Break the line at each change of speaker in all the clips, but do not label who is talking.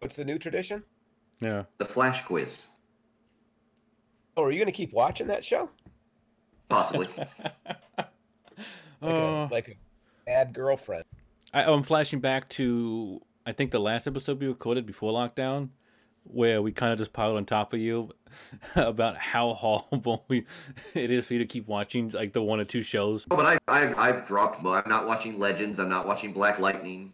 What's the new tradition?
Yeah.
The flash quiz,
Oh, are you going to keep watching that show?
possibly.
Like,
Oh,
Uh,
a, like a bad girlfriend.
I, I'm flashing back to I think the last episode we recorded before lockdown, where we kind of just piled on top of you about how horrible we it is for you to keep watching like the one or two shows.
Oh, but I, I, I've dropped. Well, I'm not watching Legends. I'm not watching Black Lightning.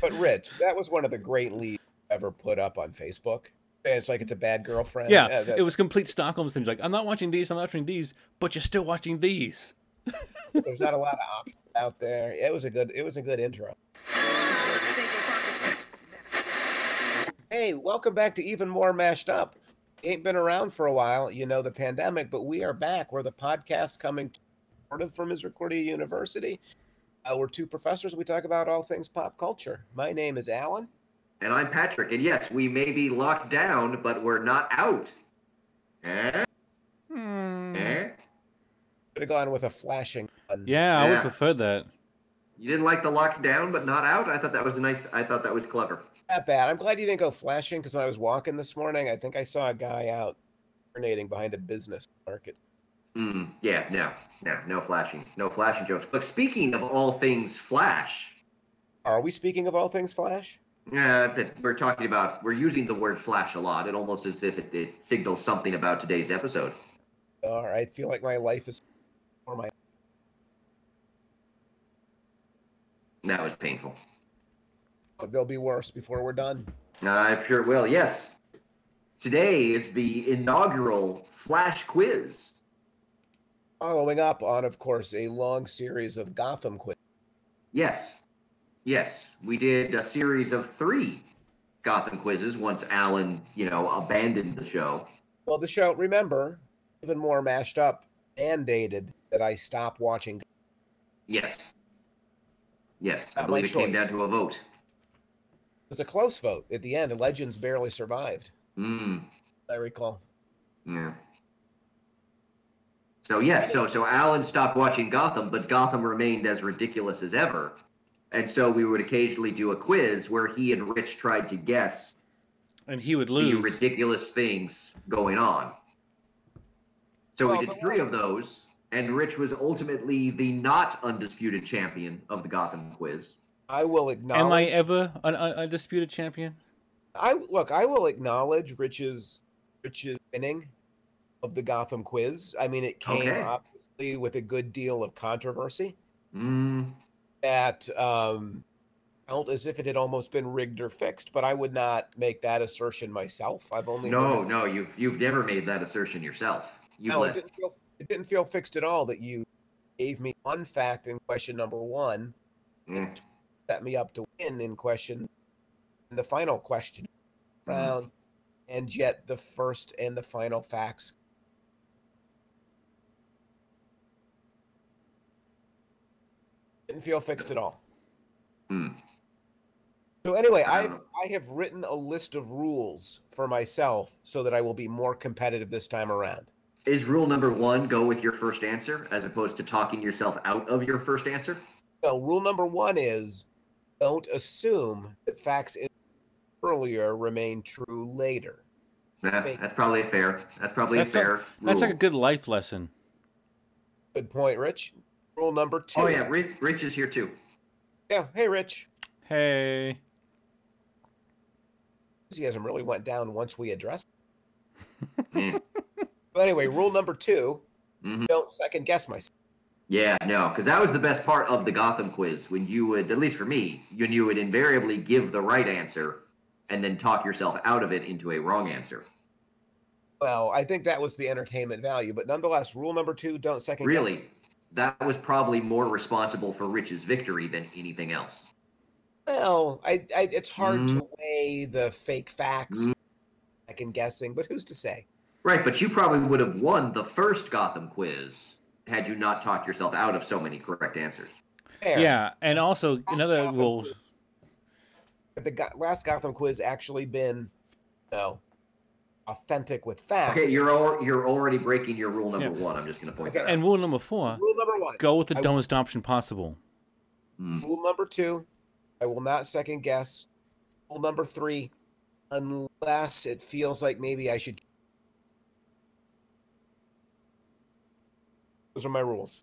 But Rich, that was one of the great leads ever put up on Facebook. And it's like it's a bad girlfriend.
Yeah,
Uh, that-
it was complete Stockholm syndrome. Like I'm not watching these, I'm not watching these, but you're still watching these.
there's not a lot of options out there. It was a good. It was a good intro. Hey, welcome back to even more mashed up. Ain't been around for a while, you know, the pandemic, but we are back. We're the podcast coming sort of from Misericordia University. Uh, we're two professors. We talk about all things pop culture. My name is Alan.
And I'm Patrick. And yes, we may be locked down, but we're not out. Eh? Eh?
Could have gone with a flashing gun.
Yeah, I would
Yeah.
prefer that.
You didn't like the lockdown, but not out. I thought that was a nice. I thought that was clever.
Not bad. I'm glad you didn't go flashing because when I was walking this morning, I think I saw a guy out urinating behind a business market.
Mm, yeah. No. No. No flashing. No flashing jokes. But speaking of all things Flash,
Are we speaking of all things Flash?
uh, that we're talking about. We're using the word Flash a lot. It almost as if it, it signals something about today's episode.
Or I feel like my life is or my
That was painful.
they'll be worse before we're done.
I sure will. Yes. Today is the inaugural Flash quiz.
Following up on, of course, a long series of Gotham quiz.
Yes. Yes. We did a series of three Gotham quizzes once Alan, you know, abandoned the show.
Well, the show, remember, even more mashed up, mandated that I stop watching.
Yes. Yes. I
Not my
believe it came down
choice.
to a vote.
It was a close vote at the end. Legends barely survived,
Mm.
I recall.
Yeah. So yes, so so Alan stopped watching Gotham, but Gotham remained as ridiculous as ever. And so we would occasionally do a quiz where he and Rich tried to guess
And he would
the
lose.
ridiculous things going on. So
Well,
we did
but
three of those, and Rich was ultimately the not undisputed champion of the Gotham quiz.
I will acknowledge.
Am I ever an un- undisputed champion?
I look, I will acknowledge Rich's Rich's winning of the Gotham quiz. I mean, it came
Okay.
obviously with a good deal of controversy
Mm,
that um felt as if it had almost been rigged or fixed, but I would not make that assertion myself. I've only heard
no,
it-
no, you've you've never made that assertion yourself. You
no, it
let
didn't feel it didn't feel fixed at all that you gave me one fact in question number one,
Mm,
set me up to win in question in the final question
Mhm.
round, and yet the first and the final facts didn't feel fixed at all.
mm.
So anyway,
I
I've
don't
I have written a list of rules for myself so that I will be more competitive this time around.
Is rule number one go with your first answer as opposed to talking yourself out of your first answer?
So rule number one is don't assume that facts in- earlier remain true later.
Yeah,
Fake.
that's probably fair. That's probably
That's
a
a-
fair
That's
rule.
like a good life lesson.
Good point, Rich. Rule number two.
oh yeah, Rich, Rich is here too.
Yeah, Hey, Rich.
Hey.
Enthusiasm really went down once we addressed.
Mm.
But anyway, rule number 2
Mhm.
don't second guess myself.
Yeah, no, because that was the best part of the Gotham quiz when you would, at least for me, when you would invariably give the right answer and then talk yourself out of it into a wrong answer.
Well, I think that was the entertainment value, but nonetheless, rule number two: don't second guess.
Really, that was probably more responsible for Rich's victory than anything else.
Well, I, I it's hard
Mm-hmm.
to weigh the fake facts, second guessing, but who's to say?
Right, but you probably would have won the first Gotham quiz had you not talked yourself out of so many correct answers.
Fair.
Yeah, and also another
Gotham
rule.
But the go- last Gotham quiz actually been, you know, authentic with facts.
Okay, you're al- you're already breaking your rule number one. I'm just going to point that
Okay.
out.
And rule number four:
rule number one.
go with the
I-
dumbest option possible.
Mm.
Rule number two: I will not second guess. Rule number three: unless it feels like maybe I should. Those are my rules.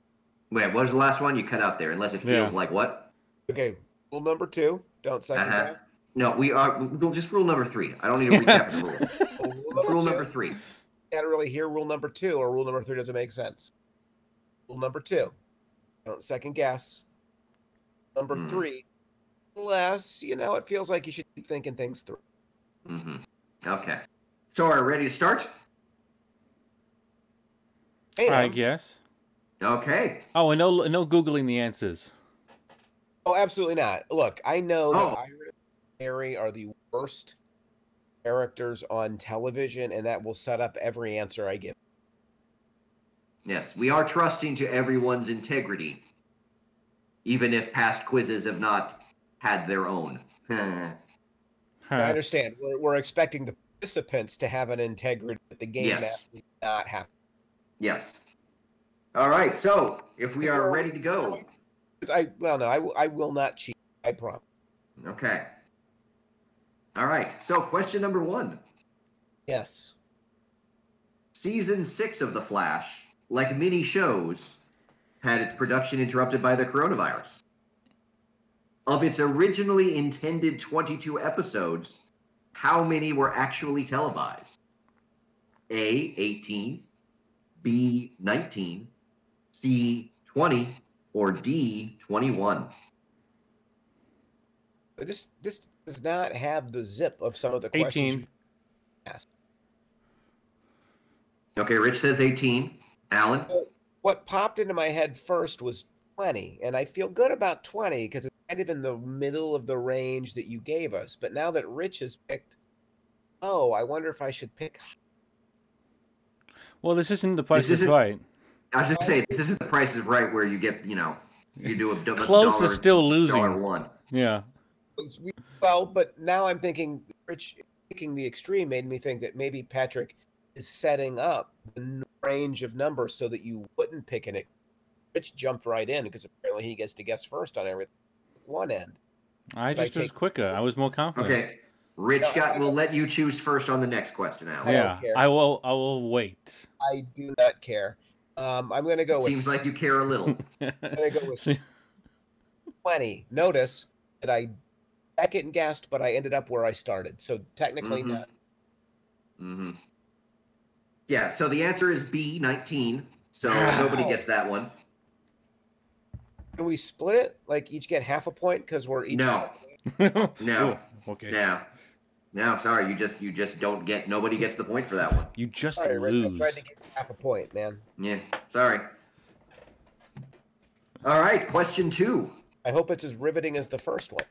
Wait, what was the last one you cut out there? Unless it feels
Yeah.
like what?
Okay, rule number two: don't second
Uh-huh.
guess.
No, we are. Well, just rule number three. I don't need to recap the rule.
Oh,
It's rule number
two,
three.
you gotta really hear rule number two, or rule number three doesn't make sense. Rule number two: don't second guess. Number
Hmm.
three: unless you know it feels like you should keep thinking things through.
hmm Okay. So, are we ready to start?
Hey,
I
um,
guess.
Okay.
Oh, and no, no googling the answers.
Oh, absolutely not. Look, I know
Oh.
that Iris and Mary are the worst characters on television, and that will set up every answer I give.
Yes, we are trusting to everyone's integrity, even if past quizzes have not had their own.
I
Huh.
understand. We're, we're expecting the participants to have an integrity, but the game
Yes.
master does not have.
yes. All right. So, if we
Is
are
there-
ready to go,
'Cause I well, no, I, w- I will not cheat. I promise.
okay. All right. So, question number one.
Yes.
Season six of The Flash, like many shows, had its production interrupted by the coronavirus. Of its originally intended 22 episodes, how many were actually televised? A, 18, B, 19, C, 20, or D, 21?
But This this does not have the zip of some of the questions.
18.
you asked.
Okay, Rich says 18. Alan?
What popped into my head first was 20, and I feel good about 20 because it's kind of in the middle of the range that you gave us. But now that Rich has picked, oh, I wonder if I should pick.
Well, this isn't the price is
This isn't-
right.
I was going to say, this isn't the price is right where you get, you know, you do a do- a
Close
dollar-
is still
dollar
losing.
one.
Yeah.
was we- Well, but now I'm thinking Rich picking the extreme made me think that maybe Patrick is setting up the n- range of numbers so that you wouldn't pick an. ex- Rich jumped right in because apparently he gets to guess first on everything. One end.
I just
Like,
was quicker. I was more confident.
Okay. Rich
No,
got. We'll let you choose first on the next question, Alan.
don't
Yeah.
care.
I will. I will wait.
I do not care. Um, I'm going to go with
Seems like you care a little.
I go with-
See,
20. Notice that I second guessed, but I ended up where I started. So technically,
Mhm.
not.
hmm Yeah. So the answer is B, nineteen. So nobody
Wow.
gets that one.
Can we split it? Like each get half a point because we're each.
No. No.
Ooh, okay.
No. No. Sorry. You just. You just don't get. Nobody gets the point for that one.
You just
Sorry, Rich. I
lose.
tried to get half a point, man.
Yeah. Sorry. All right. Question two.
I hope it's as riveting as the first one.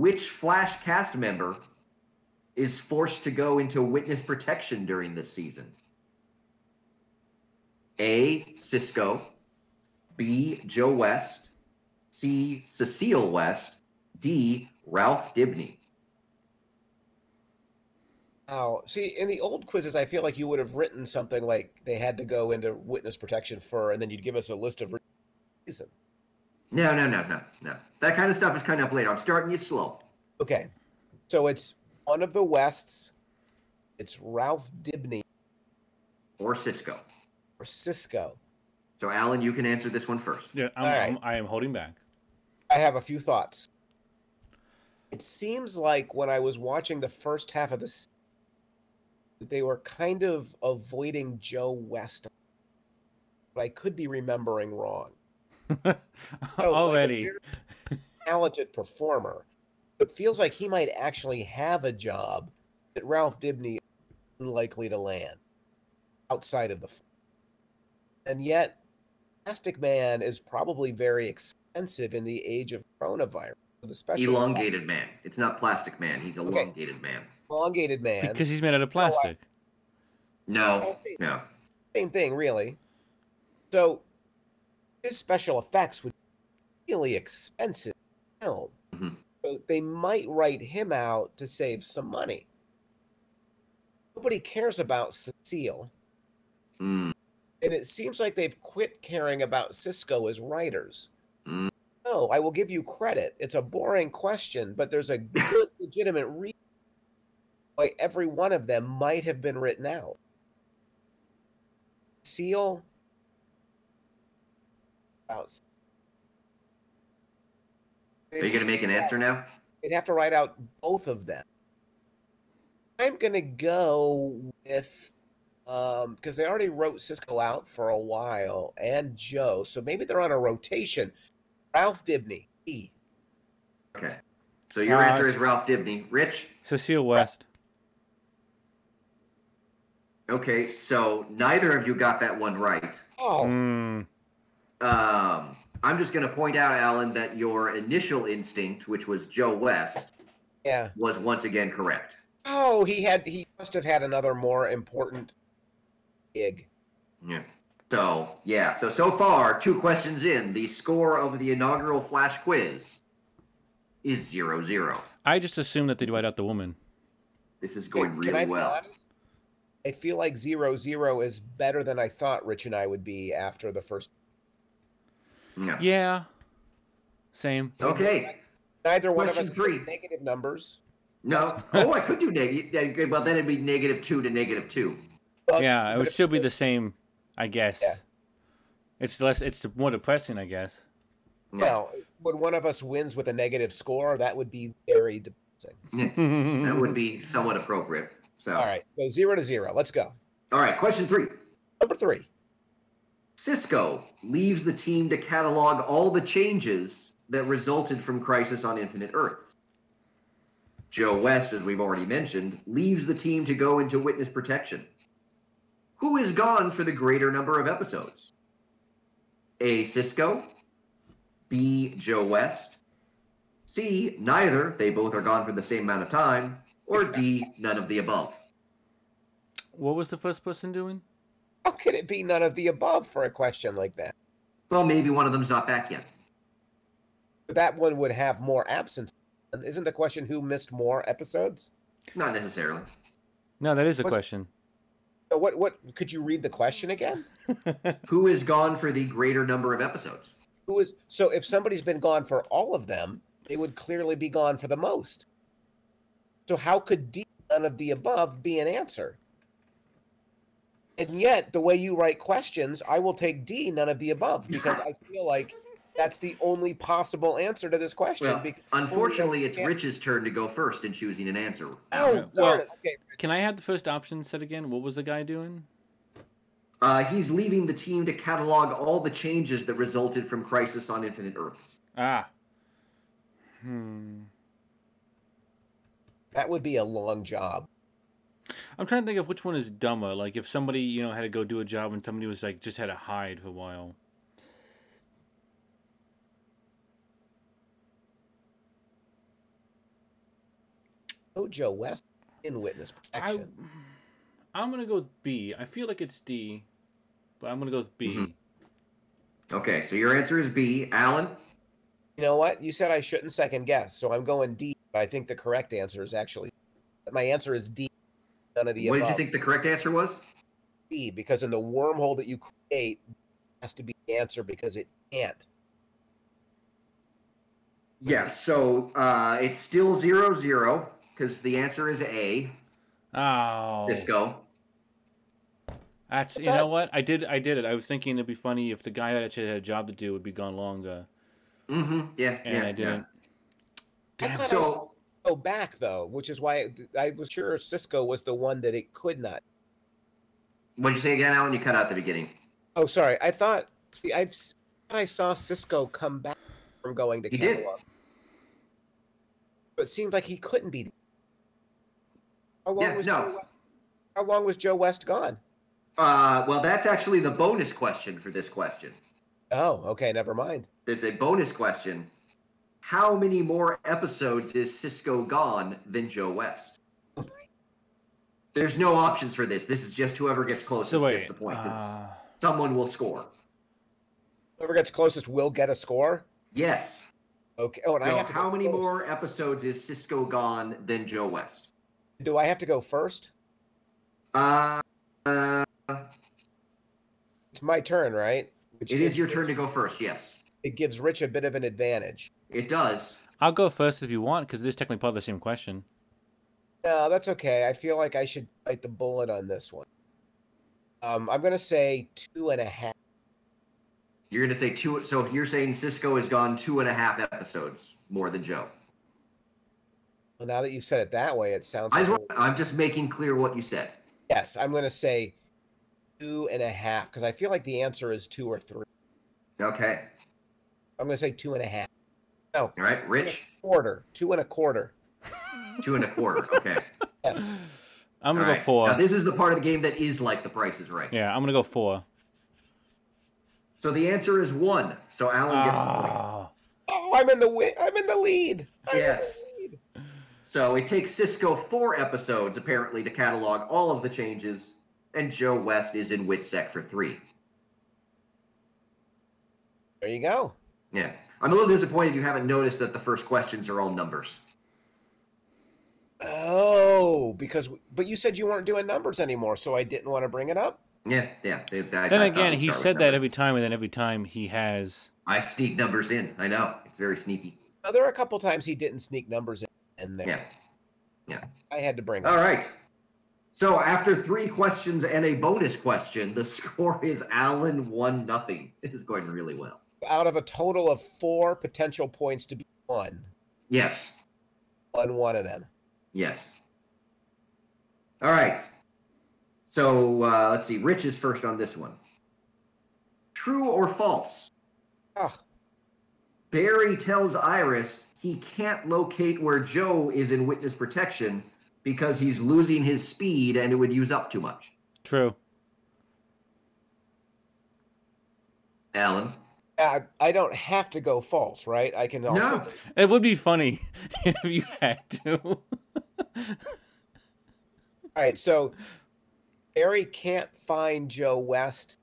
Which Flash cast member is forced to go into witness protection during this season? A. Cisco. B. Joe West. C. Cecile West. D. Ralph Dibney.
Oh, see, in the old quizzes, I feel like you would have written something like they had to go into witness protection for, and then you'd give us a list of reasons.
No, no, no, no, no. That kind of stuff is coming up later. I'm starting you slow.
Okay. So it's one of the Wests. It's Ralph Dibney
Or Cisco.
or Cisco.
So, Alan, you can answer this one first.
Yeah, I'm,
Alright.
I'm, I am holding back.
I have a few thoughts. It seems like when I was watching the first half of this, they were kind of avoiding Joe West, but I could be remembering wrong. Oh, like a
Already.
very talented performer. It feels like he might actually have a job that Ralph Dibney is unlikely to land outside of the. f- And yet, Plastic Man is probably very expensive in the age of coronavirus. The special effect-
Elongated man. It's not plastic man. He's
Okay.
elongated man.
elongated man. Oh,
Because he's made out of plastic.
No, no.
Same thing, really. So, his special effects would be really expensive film.
Mhm.
So they might write him out to save some money. Nobody cares about Cecile,
Mm.
and it seems like they've quit caring about Cisco as writers.
Mm.
No, I will give you credit. It's a boring question, but there's a good, legitimate reason like every one of them might have been written out. Seal out.
Are you going to make an answer now?
They'd have to write out both of them. I'm gonna go with um because they already wrote Cisco out for a while and Joe, so maybe they're on a rotation. Ralph Dibney. E.
Okay. So your
Uh,
answer is
s-
Ralph Dibney. Rich?
Cecile West.
Okay, so neither of you got that one right.
Oh,
Mm,
Um, I'm just going to point out, Alan, that your initial instinct, which was Joe West,
yeah.
was once again correct.
Oh, he had he must have had another more important gig.
Yeah. So, yeah. So, so far, two questions in. The score of the inaugural Flash quiz is zero zero.
I just assumed that they'd write out the woman.
This is going
Can- can I
really
be
well.
honest? I feel like zero zero is better than I thought Rich and I would be after the first.
Yeah.
Yeah. Same.
Okay.
Neither one of
Question
us
three.
had negative numbers.
No. Oh, I could do negative. Well, then it'd be negative two to negative two.
But-
Yeah, it
Oh, but
would
if-
still be the same, I guess.
Yeah.
It's less. It's more depressing, I guess.
Yeah.
Well, when one of us wins with a negative score, that would be very depressing.
That would be somewhat appropriate. So,
Hmm. All right, so zero to zero. Let's go.
All right. Question three.
Number three.
Cisco leaves the team to catalog all the changes that resulted from Crisis on Infinite Earths. Joe West, as we've already mentioned, leaves the team to go into witness protection. Who is gone for the greater number of episodes? A. Cisco. B. Joe West. C. Neither. They both are gone for the same amount of time. Or D. None of the above.
What was the first person doing?
How could it be none of the above for a question like that?
Well, maybe one of them's not back yet.
That one would have more absence. And Isn't the question who missed more episodes?
Not necessarily.
No, that is a
What's-
question.
So What? What? Could you read the question again?
Who is gone for the greater number of episodes?
Who is? So if somebody's been gone for all of them, they would clearly be gone for the most. So how could D none of the above be an answer? And yet, the way you write questions, I will take D none of the above because I feel like that's the only possible answer to this question.
Well,
because
unfortunately, it's
Yeah.
Rich's turn to go first in choosing an answer.
oh,
well-
darn it. okay,
Can I have the first option said again? What was the guy doing?
Uh, he's leaving the team to catalog all the changes that resulted from Crisis on Infinite Earths.
Ah. Hmm.
that would be a long job.
I'm trying to think of which one is dumber. Like if somebody, you know, had to go do a job and somebody was like just had to hide for a while.
Ojo West in witness
I,
protection.
I'm gonna go with B. I feel like it's D, but I'm gonna go with B.
Mhm.
Mm-hmm.
Okay, so your answer is B. Alan?
you know what? You said I shouldn't second guess, so I'm going D. But I think the correct answer is actually my answer is D. None of the
what did
above.
you think the correct answer was?
D because in the wormhole that you create has to be the answer because it can't.
Yes, so uh, it's still zero zero because the answer is A,
Oh,
Cisco.
that's you know what I did. I did it. I was thinking it'd be funny if the guy that actually had a job to do would be gone longer,
Mm-hmm. Yeah,
and
yeah,
I didn't.
I thought
Damn.
I was
So,
go Oh, back though, which is why I was sure Cisco was the one that it could not.
what did you say again, Alan? You cut out the beginning.
Oh, sorry. I thought. See, I've s- thought I saw Cisco come back from going to
He did.
catalog. But it seemed like he couldn't be. How long
Yeah,
was
no.
Joe West, How long was Joe West gone?
Uh, well, that's actually the bonus question for this question.
Oh, okay. Never mind.
there's a bonus question. How many more episodes is Cisco gone than Joe West? There's no options for this. This is just whoever gets closest
So
gets
wait,
the point. It's-
uh,
Someone will score.
Whoever gets closest will get a score.
Yes.
Okay. Oh, and I
so
have to go
how many
first.
more episodes is Cisco gone than Joe West?
Do I have to go first?
Uh, uh,
It's my turn, right? Which
it
gives-
is your turn to go first. Yes,
It gives Rich a bit of an advantage.
it does.
I'll go first if you want because this is technically part of the same question.
No, that's okay. I feel like I should bite the bullet on this one. Um, I'm gonna say two and a half.
You're going to say two. So you're saying Cisco has gone two and a half episodes more than Joe.
Well, now that you said it that way, it sounds.
I
Like
just, I'm just making clear what you said.
yes, I'm gonna say two and a half because I feel like the answer is two or three.
Okay.
I'm gonna say two and a half
All right. Rich,
quarter, two and a quarter.
two and a quarter. Okay.
Yes.
I'm gonna
All
go
right.
four.
Now, this is the part of the game that is like the price is right.
yeah, I'm gonna go four.
So the answer is one. So Alan gets the point.
Ah,
Oh, I'm in the wi- I'm in the lead. I'm in the
Yes.
lead.
So it takes Cisco four episodes, apparently, to catalog all of the changes, and Joe West is in WITSEC for three.
There you go.
Yeah. I'm a little disappointed you haven't noticed that the first questions are all numbers.
Oh, because but you said you weren't doing numbers anymore, so I didn't want to bring it up.
Yeah, yeah. They, I-
then
I thought
again,
we'd
he
start with
said that
numbers.
every time, and then every time he has.
I sneak numbers in. I know. It's very sneaky.
Uh, There were a couple times he didn't sneak numbers in, in there.
Yeah.
I had to bring
All
up.
right. So after three questions and a bonus question, the score is Alan one nothing. It is going really well.
Out of a total of four potential points to be won
Yes.
on one of them.
Yes. All right. So uh, let's see. Rich is first on this one. True or false?
Oh,
Barry tells Iris he can't locate where Joe is in witness protection because he's losing his speed and it would use up too much.
True.
Alan.
I, I don't have to go false, right? I can also.
No.
It would be funny if you had to.
All right, so Barry can't find Joe West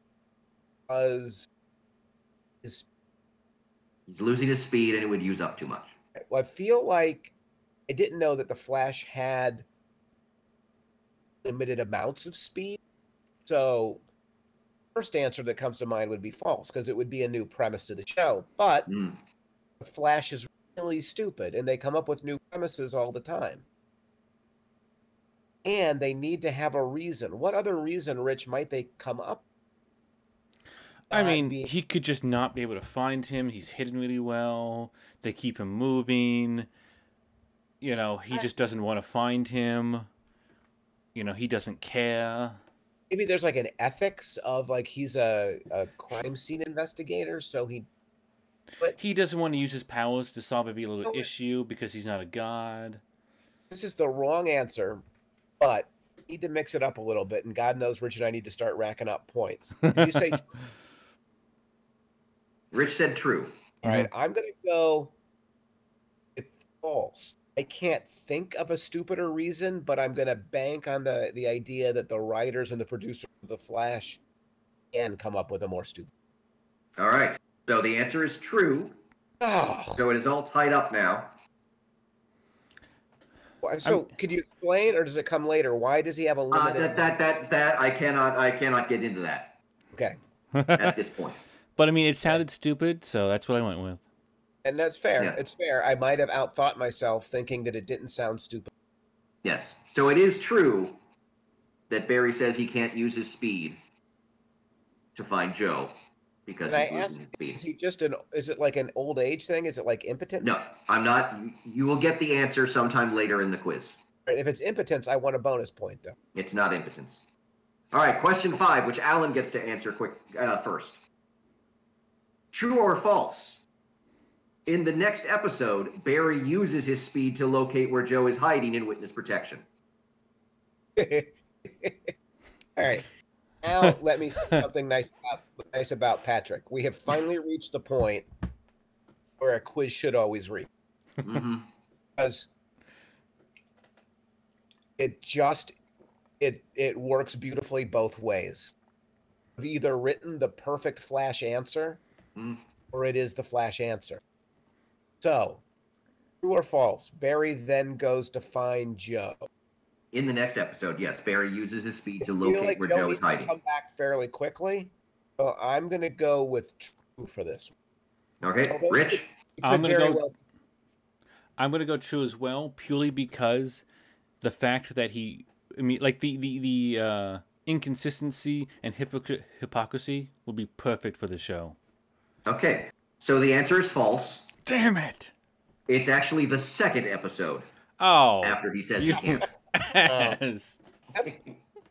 because his,
He's losing his speed and it would use up too much.
well, I feel like I didn't know that the Flash had limited amounts of speed. So, first answer that comes to mind would be false because it would be a new premise to the show. But
Hmm.
the Flash is really stupid and they come up with new premises all the time. And they need to have a reason. What other reason, Rich, might they come up?
I
Not
mean,
being-
he could just not be able to find him. He's hidden really well. They keep him moving. You know, he
I-
just doesn't want to find him. You know, he doesn't care.
maybe there's like an ethics of like he's a, a crime scene investigator, so he
He doesn't want to use his powers to solve every little
No, it-
issue because he's not a god.
this is the wrong answer, but need to mix it up a little bit. And God knows, Rich and I need to start racking up points. You say,
Rich said true.
all right, I'm gonna go. It's false. I can't think of a stupider reason, but I'm gonna bank on the the idea that the writers and the producer of the Flash can come up with a more stupid.
All right. So the answer is true.
Oh,
So it is all tied up now.
oh, so could you explain, or does it come later? Why does he have a
Uh,
limited?
that that that that I cannot I cannot get into that
okay.
at this point.
But I mean, it sounded stupid, so that's what I went with.
And that's fair.
Yes.
It's fair. I might have outthought myself thinking that it didn't sound stupid.
Yes. So it is true that Barry says he can't use his speed to find Joe because
Can I
he's losing
ask-
his
Is
speed.
he just an? Is it like an old age thing? Is it like impotent?
No, I'm not. you- You will get the answer sometime later in the quiz.
Right, If it's impotence, I want a bonus point though.
It's not impotence. All right, question five, which Alan gets to answer quick uh, first. True or false? In the next episode, Barry uses his speed to locate where Joe is hiding in witness protection.
All right. Now let me say something nice about, nice about Patrick. We have finally reached the point where a quiz should always reach
hmm
because it just it it works beautifully both ways. I've either written the perfect flash answer
Mm.
or it is the flash answer. So, true or false? Barry then goes to find Joe.
In the next episode, yes, Barry uses his speed to
I
locate
feel like
where
Joe
Joe
needs
is
to
hiding.
Come back fairly quickly. So I'm gonna go with true for this.
Okay,
Although-
Rich?
It
I'm
could
gonna
very
go-
well-
I'm gonna go true as well, purely because the fact that he, I mean, like the the the uh, inconsistency and hypocr- hypocrisy would be perfect for the show.
Okay, so the answer is false.
Damn it!
It's actually the second episode
Oh,
after he says
you
he can't. Uh,
ass.
That's,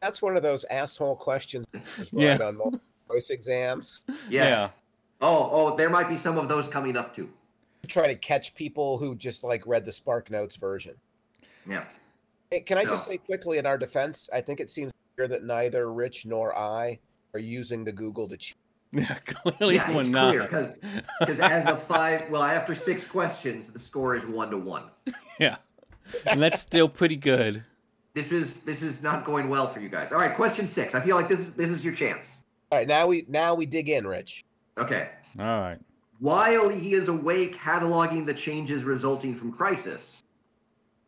that's one of those asshole questions
Yeah.
right on multiple choice exams.
Yes.
Yeah.
Oh, oh, there might be some of those coming up too.
Try to catch people who just like read the Spark Notes version.
Yeah.
Hey, Can I just
No.
say quickly in our defense, I think it seems clear that neither Rich nor I are using the Google to cheat.
Yeah, clearly
yeah,
we're
it's
not.
clear because as of five, well, after six questions, the score is one to one.
Yeah, and that's still pretty good.
This is this is not going well for you guys. All right, question six. I feel like this is this is your chance.
All right, now we now we dig in, Rich.
Okay.
All right.
While he is away cataloging the changes resulting from crisis,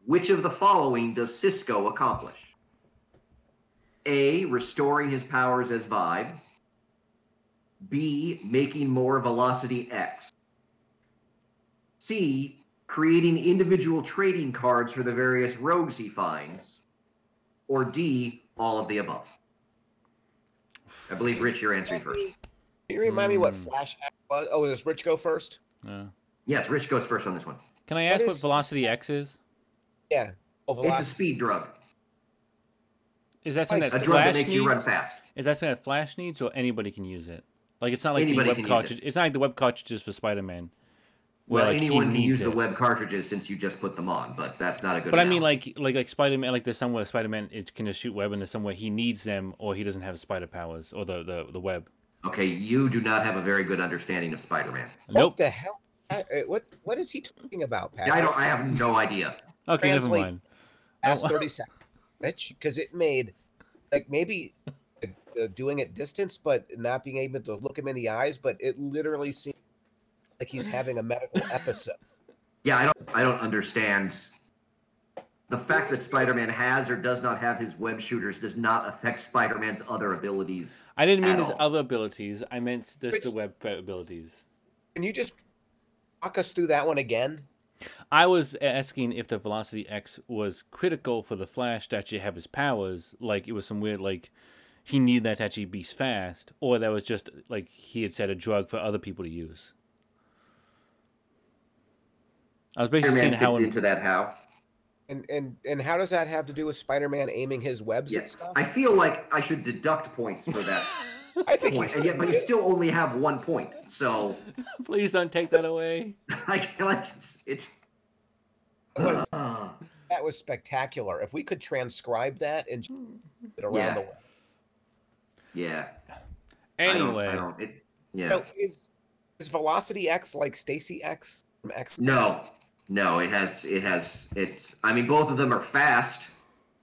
which of the following does Cisco accomplish? A. Restoring his powers as Vibe. B. Making more Velocity X. C. Creating individual trading cards for the various rogues he finds. Or D. All of the above. I believe, Rich, you're answering first.
Can you remind me what
Hmm.
Flash Act was? Oh, does Rich go first?
Uh,
Yes, Rich goes first on this one.
can I
What
ask what
is-
Velocity X is?
Yeah. Oh,
It's a
Velocity.
speed drug.
Is that something
Like-
a
that
drug
Flash
that makes
needs?
you run fast.
Is that something that Flash needs, or anybody can use it? Like it's not like
Anybody
the
can
web
use it.
cartridge. It's not like the web cartridges for Spider-Man. where,
Well,
like, he
anyone can
needs
use the
it.
web cartridges since you just put them on, but that's not a good.
But I mean,
analogy.
like, like, like Spider-Man. Like, there's somewhere Spider-Man it can just shoot web, and there's somewhere he needs them, or he doesn't have spider powers, or the the, the web.
okay, you do not have a very good understanding of Spider-Man.
What
Nope.
the hell? I- uh, What what is he talking about, Pat?
I don't. I have no idea.
Okay, never
translate-
mind.
Past
Oh.
thirty seconds, Rich, because it made like maybe uh, uh, doing it distance, but not being able to look him in the eyes. But it literally seems like he's having a medical episode.
Yeah, I don't. I don't understand. The fact that Spider-Man has or does not have his web shooters does not affect Spider-Man's other abilities.
I didn't mean
at
his
all.
other abilities. I meant just the
Which-
web abilities.
Can you just walk us through that one again?
I was asking if the Velocity X was critical for the Flash to actually have his powers. Like it was some weird like he needed that to actually be fast, or that was just like he had said a drug for other people to use. I was basically seeing
Spider-Man
how
fits into that how.
And and and how does that have to do with Spider-Man aiming his webs
Yeah.
at stuff?
I feel like I should deduct points for that
I think
point,
he-
and yet, but you still only have one point. So,
please don't take that away.
I like it's.
What is-
Ah.
that was spectacular. If we could transcribe that and just put it around
Hmm. Yeah.
the world.
Yeah.
Anyway,
I don't. I don't it, yeah.
No, is, is Velocity X like Stacy X from X?
No. No. It has. It has. It's. I mean, both of them are fast.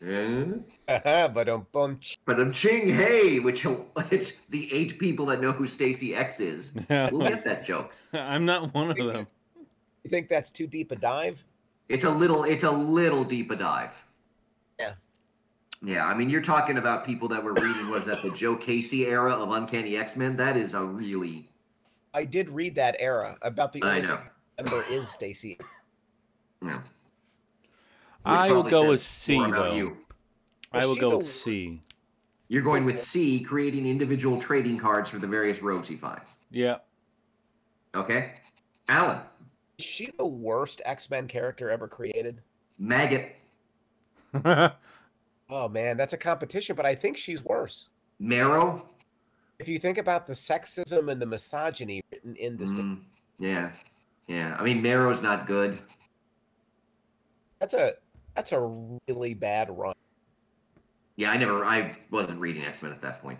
Eh?
but um, bum, ch-
But I'm Ching Hey, which will- it's the eight people that know who Stacy X is. We'll get that joke.
I'm not one of them.
you think that's too deep a dive?
It's a little. It's a little deep a dive.
Yeah.
Yeah. I mean, you're talking about people that were reading. Was that the Joe Casey era of Uncanny X Men? That is a really.
I did read that era about the
I
only
know.
thing I remember is Stacy.
Yeah. Which
I will
probably
go
says
with C
more about
though.
you.
I
Is
will
she
go
the-
with C.
You're going with C, creating individual trading cards for the various rogues he finds.
Yeah.
Okay? Alan,
Is she the worst X-Men character ever created?
Maggot,
Oh man, that's a competition, but I think she's worse.
Marrow.
If you think about the sexism and the misogyny written in this, thing,
Mm, yeah. Yeah. I mean, Marrow's not good.
that's a that's a really bad run.
Yeah, I never, I wasn't reading X Men at that point.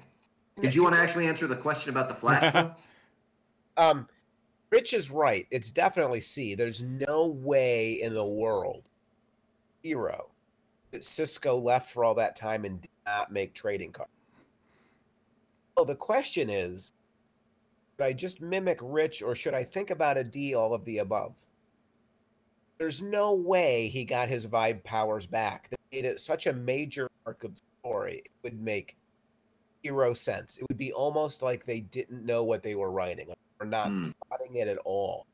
Did you want to actually answer the question about the Flash? though?
Um, Rich is right. It's definitely C. There's no way in the world, zero, that Cisco left for all that time and did not make trading cards. So the question is, should I just mimic Rich or should I think about a D? All of the above. There's no way he got his vibe powers back. They made it such a major arc of the story. It would make zero sense. It would be almost like they didn't know what they were writing or not
Hmm.
plotting it at all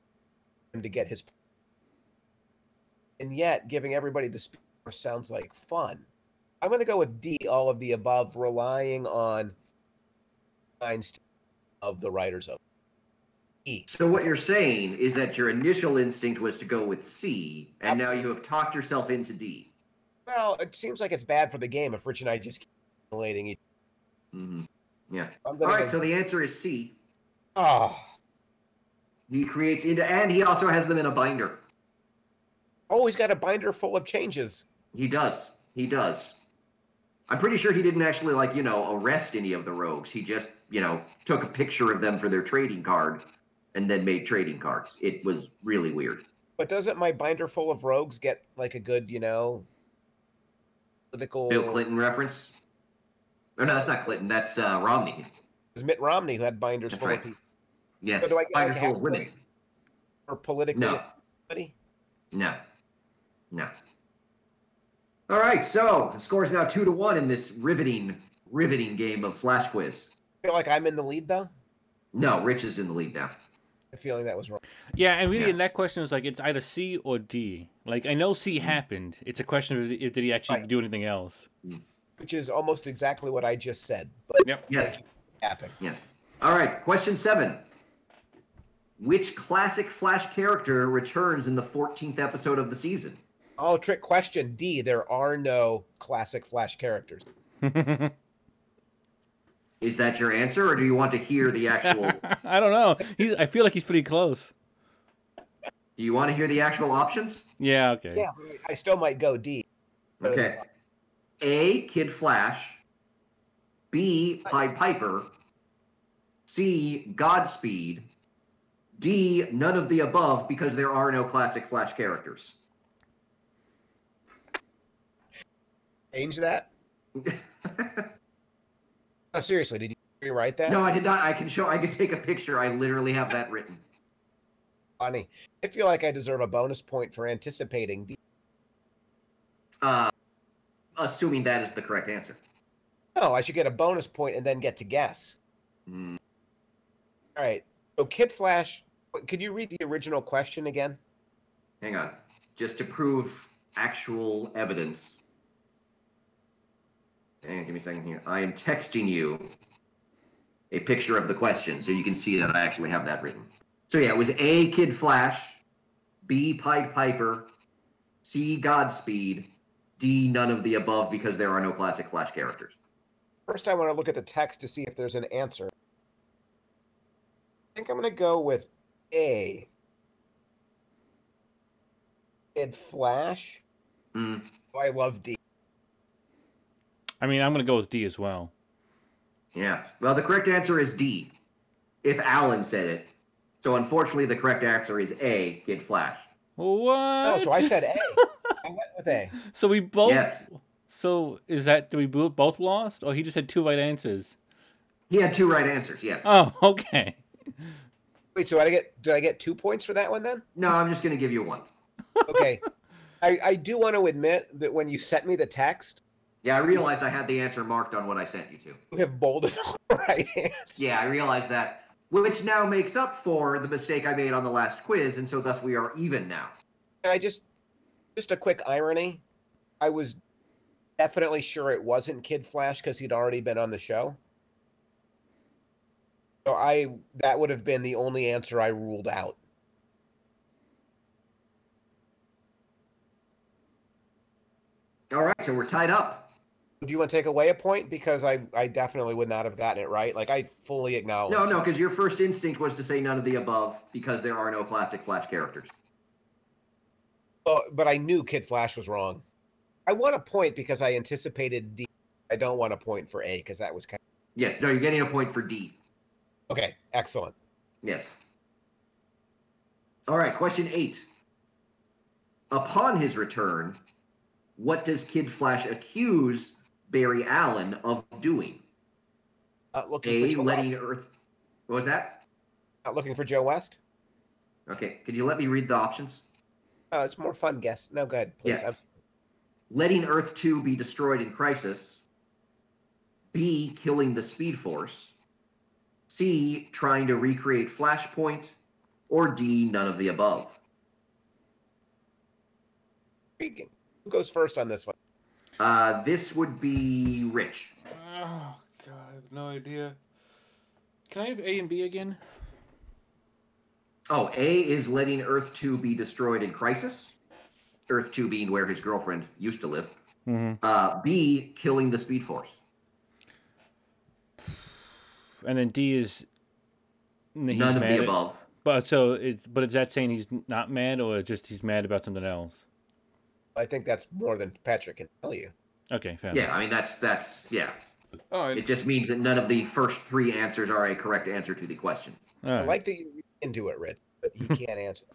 for him to get his and yet giving everybody the speed sounds like fun. I'm going to go with D, all of the above, relying on lines of the writers of E.
So what you're saying is that your initial instinct was to go with C, and now you have talked yourself into D.
Well, it seems like it's bad for the game if Rich and I just keep emulating each.
hmm Yeah.
I'm
All
going
right.
to
So the answer is C.
oh,
He creates into, and he also has them in a binder.
oh, he's got a binder full of changes.
He does. He does. I'm pretty sure he didn't actually like you know arrest any of the rogues. He just you know took a picture of them for their trading card, and then made trading cards. It was really weird.
But doesn't my binder full of rogues get like a good, you know, political?
Bill Clinton reference. Oh no, that's not Clinton. That's uh, Romney.
It was Mitt Romney who had binders
That's
full
right.
of people
Yes.
So do I get, like,
Binders full of
half
women.
point? or politically.
No.
somebody?
No. No. All right, so the score's now two to one in this riveting, riveting game of Flash Quiz.
feel like I'm in the lead though.
No, Rich is in the lead now.
The feeling that was wrong.
Yeah, and really,
Yeah.
in that question was like it's either C or D. Like I know C happened. It's a question of if, did he actually
Right.
do anything else.
which is almost exactly what I just said, but
Yes,
happened.
yes. All right, question seven. Which classic Flash character returns in the 14th episode of the season?
Oh, trick question D. There are no classic Flash characters.
Is that your answer, or do you want to hear the actual?
I don't know. He's. I feel like he's pretty close.
do you want to hear the actual options?
Yeah. Okay.
Yeah, but I- I still might go D.
Okay. A. Kid Flash. B. Pied Piper. C. Godspeed. D. None of the above because there are no classic Flash characters.
Change that. No, seriously, did you rewrite that?
no, I did not. I can show. I can take a picture. I literally have that written.
Funny. I feel like I deserve a bonus point for anticipating D.
Uh, assuming that is the correct answer.
No, I should get a bonus point and then get to guess.
Mm,
All right. So Kid Flash, wait, could you read the original question again?
hang on, just to prove actual evidence. Hang on, give me a second here. I am texting you a picture of the question so you can see that I actually have that written. So yeah, it was A Kid Flash, B Pied Piper, C Godspeed, D none of the above because there are no classic Flash characters.
First, I want to look at the text to see if there's an answer. I think I'm going to go with A. Kid Flash.
Mm,
Oh, I love D.
I mean, I'm gonna go with D as well.
yeah. Well, the correct answer is D. If Alan said it. So unfortunately, the correct answer is A Kid Flash.
What?
Oh, so I said A. I went with A.
So we both.
Yes.
So is that do we bo- both lost, or he just had two right answers?
He had two right answers. Yes.
Oh, okay.
Wait, so I get did I get two points for that one then?
No, I'm just going to give you one.
Okay. I, I do want to admit that when you sent me the text,
Yeah, I realized I had the answer marked on what I sent you to.
you have bolded all the right answer.
Yeah, I realized that, which now makes up for the mistake I made on the last quiz, and so thus we are even now.
And I just just a quick irony. I was definitely sure it wasn't Kid Flash because he'd already been on the show. So I that would have been the only answer I ruled out.
All right, so we're tied up.
Do you want to take away a point because I I definitely would not have gotten it right? Like I fully acknowledge.
No, no, because your first instinct was to say none of the above because there are no classic Flash characters.
Oh, but I knew Kid Flash was wrong. I want a point because I anticipated D. I don't want a point for A because that was kind
Yes, no, you're getting a point for D.
of okay. Excellent.
Yes. All right, question eight. Upon his return, what does Kid Flash accuse Barry Allen of doing?
Not looking
A
for Joe
letting
West.
Earth. What was that?
Not looking for Joe West.
Okay, could you let me read the options?
Oh, it's more fun guess. No, good. Please.
Yeah.
I'm-
Letting Earth 2 be destroyed in crisis. B, killing the Speed Force. C, trying to recreate Flashpoint. Or D, none of the above.
intriguing. Who goes first on this one?
Uh, this would be Rich.
Oh god, I have no idea. Can I have A and B again?
Oh, A is letting Earth 2 be destroyed in Crisis. Earth 2 being where his girlfriend used to live.
Mm-hmm.
Uh, B, killing the Speed Force.
And then D is n- he's
None of
mad
the
at-
above.
But so it's but is that saying he's not mad or just he's mad about something else?
I think that's more than Patrick can tell you.
Okay, fair.
Yeah, I mean, that's, that's, yeah.
All right.
It just means that none of the first three answers are a correct answer to the question.
All
I
right.
like that you read into it, Rich, but you can't answer.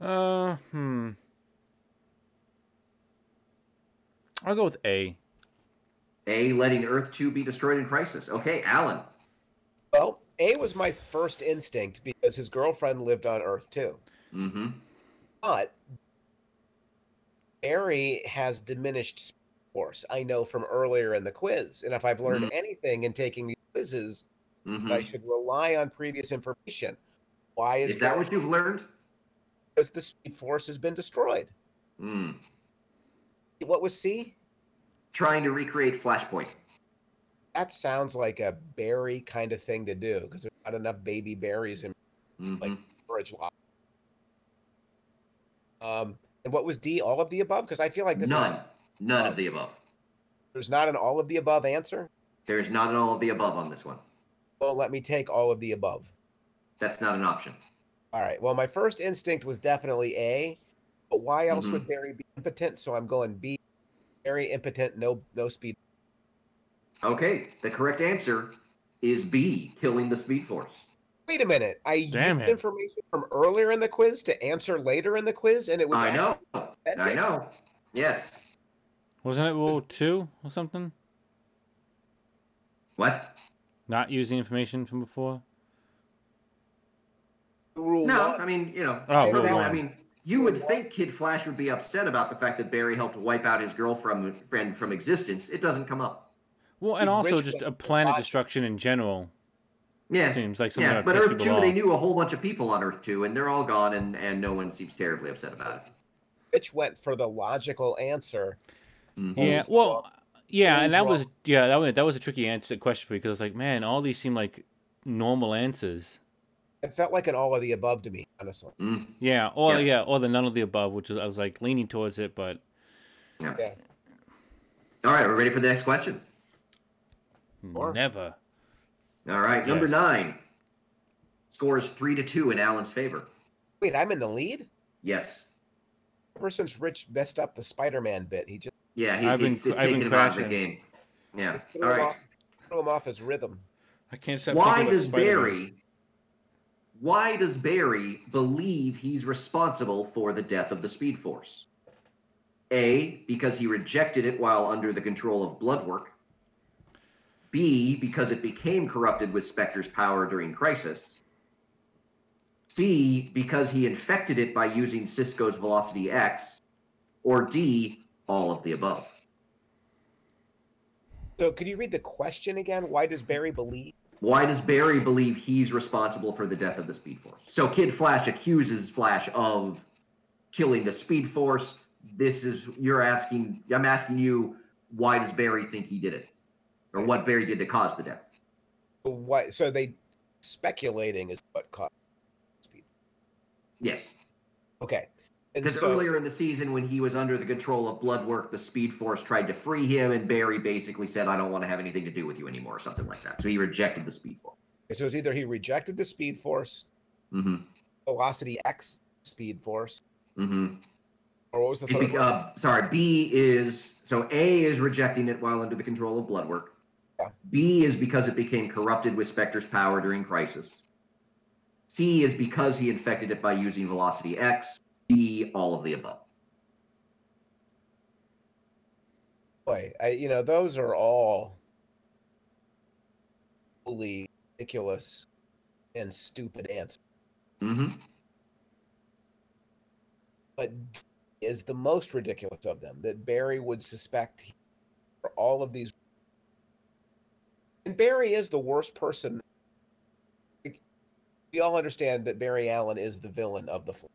uh, hmm. I'll go with A.
A, letting Earth 2 be destroyed in Crisis. Okay, Alan.
Well, A was my first instinct because his girlfriend lived on Earth too.
Mm hmm.
But Barry has diminished force. I know from earlier in the quiz. And if I've learned
Mm-hmm.
anything in taking these quizzes,
Mm hmm.
I should rely on previous information. Why is,
Is that what you've learned?
Because the speed force has been destroyed.
Mm.
What was C?
Trying to recreate Flashpoint.
That sounds like a berry kind of thing to do because there's not enough baby berries in
Mhm.
Like- storage lot. Um, and what was D? All of the above? Because I feel like this is-
None. None of the above.
there's not an all of the above answer.
There's not an all of the above on this one.
Won't let me take all of the above.
That's not an option.
All right. Well, my first instinct was definitely A, but why else
Mhm.
would Barry be impotent? So I'm going B. Very impotent. No, no speed.
Okay, the correct answer is B, killing the Speed Force.
Wait a minute. I
Damn
used
it.
information from earlier in the quiz to answer later in the quiz, and it was
I know. I
authentic.
know. Yes.
Wasn't it rule two or something?
What?
Not using information from before.
Rule
No,
one.
I mean, you know,
Oh,
you know,
Rule
I
One.
mean, you would think Kid Flash would be upset about the fact that Barry helped wipe out his girlfriend friend from existence. It doesn't come up.
Well, and
Dude,
also
Rich
just
was
a planet
watching.
destruction in general
Yeah.
seems like something.
Yeah,
that
but
would piss
Earth
people
2, they
off.
knew a whole bunch of people on Earth 2, and they're all gone, and, and no one seems terribly upset about it.
Rich went for the logical answer.
Mhm.
Yeah,
Always
well,
wrong.
yeah,
Always
and that was
wrong.
yeah that was that was a tricky answer question for me because like man, all these seem like normal answers.
It felt like an all of the above to me, honestly.
Mm,
Yeah, or
Yes.
yeah, or the none of the above, which is, I was like leaning towards it, but
yeah.
Yeah.
All right, we're ready for the next question.
Sure.
never.
All right, number
Yes.
nine scores three to two in Alan's favor.
Wait, I'm in the lead?
Yes.
Ever since Rich messed up the Spider Man bit, he just
Yeah, he's,
I've been-
he's, he's
I've been
taken him out of the
crashing.
game. Yeah.
threw,
All
him,
right.
off, threw him off his rhythm.
I can't stop.
Why
thinking about
does
Spider-Man.
Barry? Why does Barry believe he's responsible for the death of the Speed Force? A, because he rejected it while under the control of Bloodwork. B, because it became corrupted with Spectre's power during Crisis. C, because he infected it by using Cisco's Velocity X. Or D, all of the above.
So, could you read the question again? Why does Barry believe?
Why does Barry believe he's responsible for the death of the Speed Force? So Kid Flash accuses Flash of killing the Speed Force. This is you're asking. I'm asking you. Why does Barry think he did it, or what Barry did to cause the death?
Why? So, they speculating is what caused speed.
Yes,
Okay. And
because
so,
earlier in the season, when he was under the control of Bloodwork, the Speed Force tried to free him, and Barry basically said, "I don't want to have anything to do with you anymore," or something like that. So he rejected the Speed Force.
so it's either he rejected the speed force,
Mm-hmm.
velocity X speed force,
Mm-hmm.
or what was the
It
third
be-
one?
uh, sorry, B is so A is rejecting it while under the control of Bloodwork.
Yeah.
B is because it became corrupted with Spectre's power during Crisis. C is because he infected it by using Velocity X. D, all of the above.
Boy, I, you know, those are all totally ridiculous and stupid answers.
hmm
but D is the most ridiculous of them that Barry would suspect he- for all of these. And Barry is the worst person. Like, We all understand that Barry Allen is the villain of the. fl-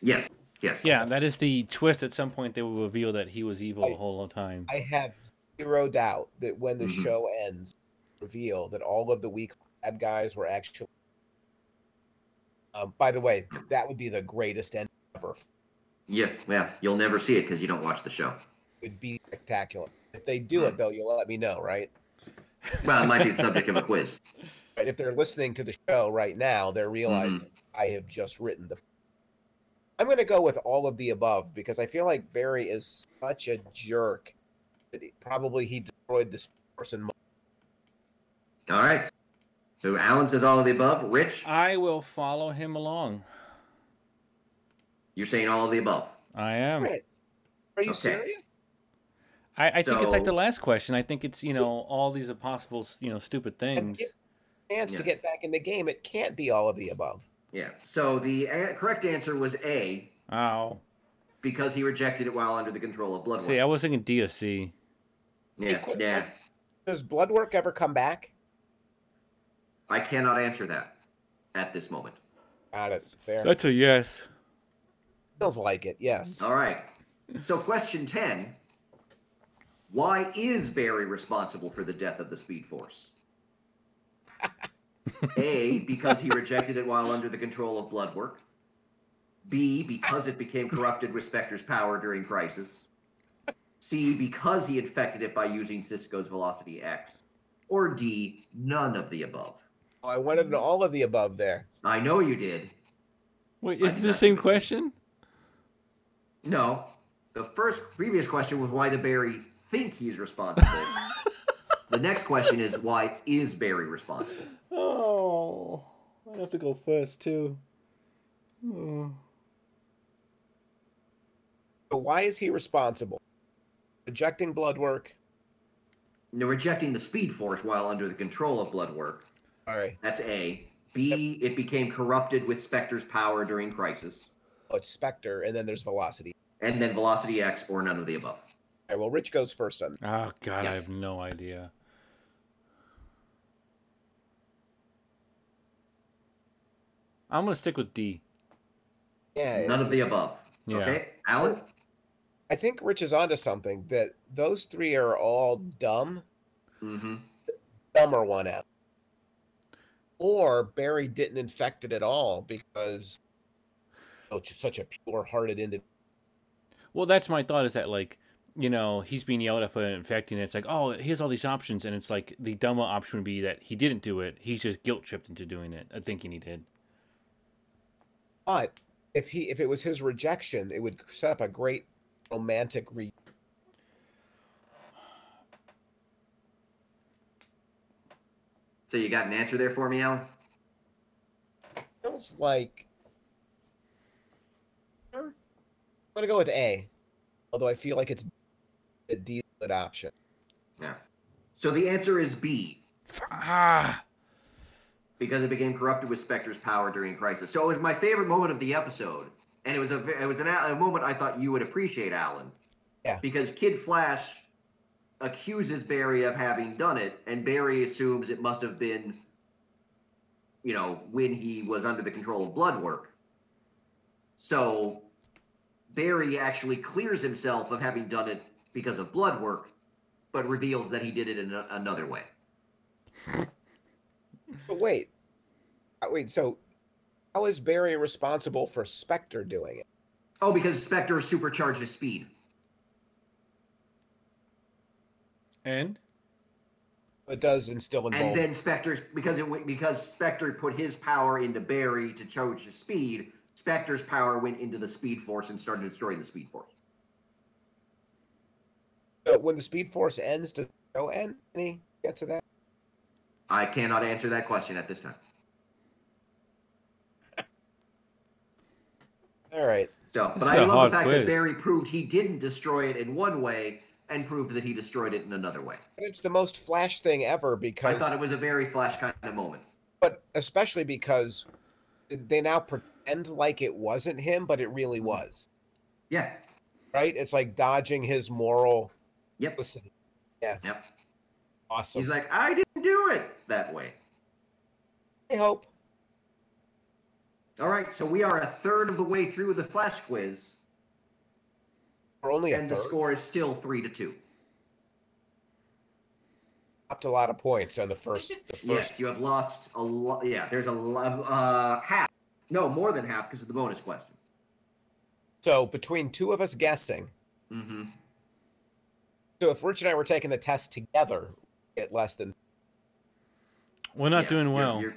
Yes. Yes.
Yeah, that is the twist. At some point, they will reveal that he was evil the whole long time.
I have zero doubt that when the
Mhm.
show ends, reveal that all of the weak bad guys were actually. Um, by the way, that would be the greatest end ever.
Yeah. Yeah. You'll never see it because you don't watch the show.
Would be spectacular. If they do it though, you'll let me know, right?
Well, it might be the subject of a quiz.
Right. If they're listening to the show right now, they're realizing I have just written the. I'm going to go with all of the above because I feel like Barry is such a jerk. that he- Probably he destroyed this person. mo-
All right. So Alan says all of the above. Rich,
I will follow him along.
you're saying all of the above.
I am.
Right. Are you
Okay.
serious?
I, I think it's like the
So-
last question. I think it's you know all these are possible you know stupid
And
things.
give him a chance to
Yes.
get back in the game. It can't be all of the above.
Yeah. So the a- correct answer was A
Ow.
because he rejected it while under the control of Bloodworm.
See, I was thinking D or C.
yeah. Yeah.
Does blood work ever come back?
I cannot answer that at this moment.
Got it. Fair.
That's a yes.
Feels like it. Yes.
All right. So, question 10 Why is Barry responsible for the death of the Speed Force? A, because he rejected it while under the control of Bloodwork. B, because it became corrupted with Spectre's power during Crisis. C, because he infected it by using Cisco's Velocity X. Or D, none of the above.
Oh, I wanted an all of the above there.
I know you did.
Wait,
I
is
did
this the
not
same
think it was.
question?
No. The first previous question was why did Barry think he's responsible? the next question is why is Barry responsible?
Oh, I have to go first too. Oh.
But why is he responsible? Rejecting blood work.
No, rejecting the speed force while under the control of Bloodwork.
Sorry.
That's A. B. It became corrupted with Spectre's power during Crisis,
Oh, it's Spectre, and then there's Velocity.
and then Velocity X or none of the above.
All right, well, Rich goes first on
Oh God, I
Yes.
have no idea. I'm gonna stick with D.
Yeah,
None of the above.
Yeah.
Okay, Alan.
I think Rich is onto something that those three are all dumb.
Mm-hmm.
Dumber one out. Or Barry didn't infect it at all because oh, it's such a pure-hearted individual.
Well, that's my thought. Is that like you know he's being yelled at for infecting? It's like oh, here's all these options, and it's like the dumber option would be that he didn't do it. He's just guilt tripped into doing it, uh, thinking he did.
But if he if it was his rejection, it would set up a great romantic re.
So you got an answer there for me, Alan?
Feels like. Sure. I'm gonna go with A, although I feel like it's a decent option.
Yeah. So the answer is B.
F- Ah,
because it became corrupted with Spectre's power during Crisis. So it was my favorite moment of the episode, and it was a ve- it was an, a a moment I thought you would appreciate, Alan.
Yeah.
Because Kid Flash accuses Barry of having done it, and Barry assumes it must have been, you know, when he was under the control of Bloodwork. So Barry actually clears himself of having done it because of Bloodwork, but reveals that he did it in a, another way.
But wait, Uh, wait. So, how is Barry responsible for Spectre doing it?
Oh, because Spectre supercharges speed.
and
It does and still involve.
And then Spectre's because it went because Spectre put his power into Barry to charge his speed. Spectre's power went into the Speed Force and started destroying the Speed Force.
So when the Speed Force ends, does the show end? Any get to that?
I cannot answer that question at this time.
All right.
So, but
This is
I
a
love
hard
the fact
quiz.
that Barry proved he didn't destroy it in one way and proved that he destroyed it in another way.
But it's the most Flash thing ever
I
because,
thought it was a very Flash kind of moment.
but especially because they now pretend like it wasn't him, but it
Mm-hmm.
really was.
Yeah.
Right? It's like dodging his moral.
Yep.
Listen,
Yep.
awesome.
He's like, I didn't do it that way.
I hope.
All right, so we are a third of the way through the Flash quiz,
We're only a
and the
third.
score is still three to two.
Dropped a lot of points on the first. The first.
Yes, you have lost a lot. Yeah, there's a lot. Uh, half. No, more than half because of the bonus question.
So between two of us guessing,
Mm-hmm.
so if Rich and I were taking the test together, at less than
We're not doing well.
You're,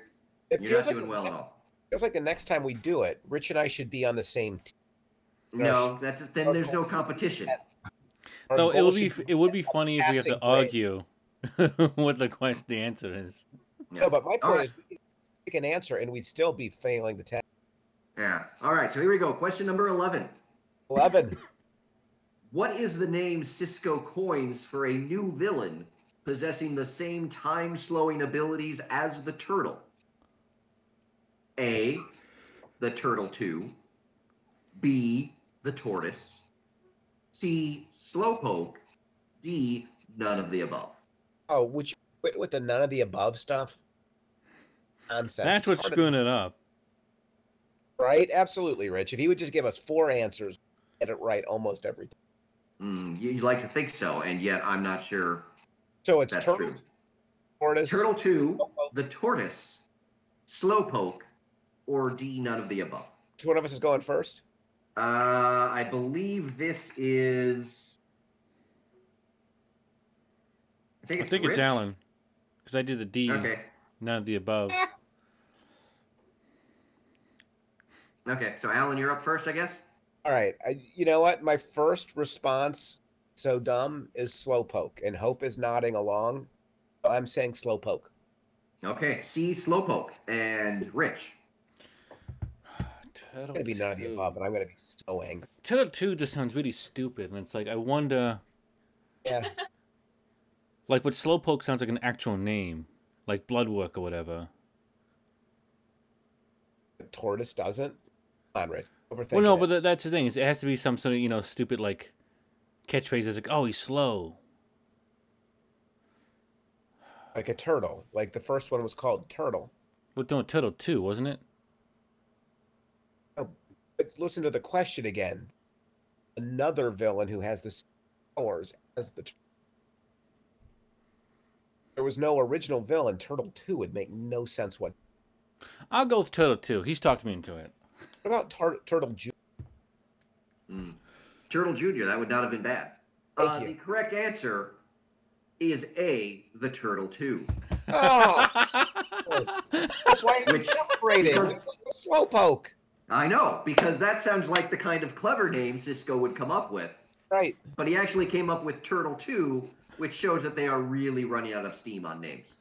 it
you're not
feels like
doing
the-
well at all.
feels like the next time we do it, Rich and I should be on the same team. Yes.
No, that's then there's no competition.
Our
Though it
goal
would be
should
it would be funny if we have
passing
to
grade.
argue what the question the answer is.
No, but my
All
point
right.
is, we could pick an answer and we'd still be failing the test.
Yeah. All right. So here we go. Question number eleven.
Eleven.
What is the name Cisco coins for a new villain possessing the same time slowing abilities as the turtle? A. The Turtle 2. B. The Tortoise. C. Slowpoke. D. None of the above.
oh, would you quit with the none of the above stuff? Nonsense.
That's
It's
what's
hard to-
screwing it up.
right? Absolutely, Rich. If he would just give us four answers, we'd get it right almost every time.
Mm, you, you like to think so, and yet I'm not sure
So it's
that's
turtle,
true.
tortoise,
Turtle 2,
Slowpoke.
The Tortoise, Slowpoke, or D. None of the above.
Which one of us is going first?
Uh, I believe this is. I think
I
it's,
think it's
Rich.
Alan because I did the D,
Okay.
none of the above.
Eh.
Okay. So Alan, you're up first, I guess.
All right. I, you know what? My first response, so dumb, is slowpoke, and Hope is nodding along. I'm saying slowpoke.
Okay. C. Slowpoke and Rich.
I'm
Turtle
gonna be none of the
two.
above, and I'm gonna be so angry.
Turtle two just sounds really stupid, and it's like I wonder,
Yeah.
like, what Slowpoke sounds like an actual name, like Bloodwork or whatever.
The tortoise doesn't. Come on, Rich. Overthinking
Well, no,
it.
but th- that's the thing. Is it has to be some sort of you know stupid like catchphrase. It's like, oh, he's slow.
like a turtle. Like the first one was called turtle.
Well, no, Turtle two, wasn't it?
But listen to the question again. Another villain who has the same powers as the. tur- There was no original villain. Turtle Two would make no sense. What,
I'll go with Turtle two. He's talked me into it.
what about tar- Turtle Jr.?
Mm. Turtle Junior. That would not have been bad.
Thank
uh,
you.
The correct answer is A. The Turtle Two.
Oh, that's why you're
Which-
celebrating.
because-
It's a Slowpoke.
I know because that sounds like the kind of clever name Cisco would come up with.
Right.
but he actually came up with Turtle 2, which shows that they are really running out of steam on names.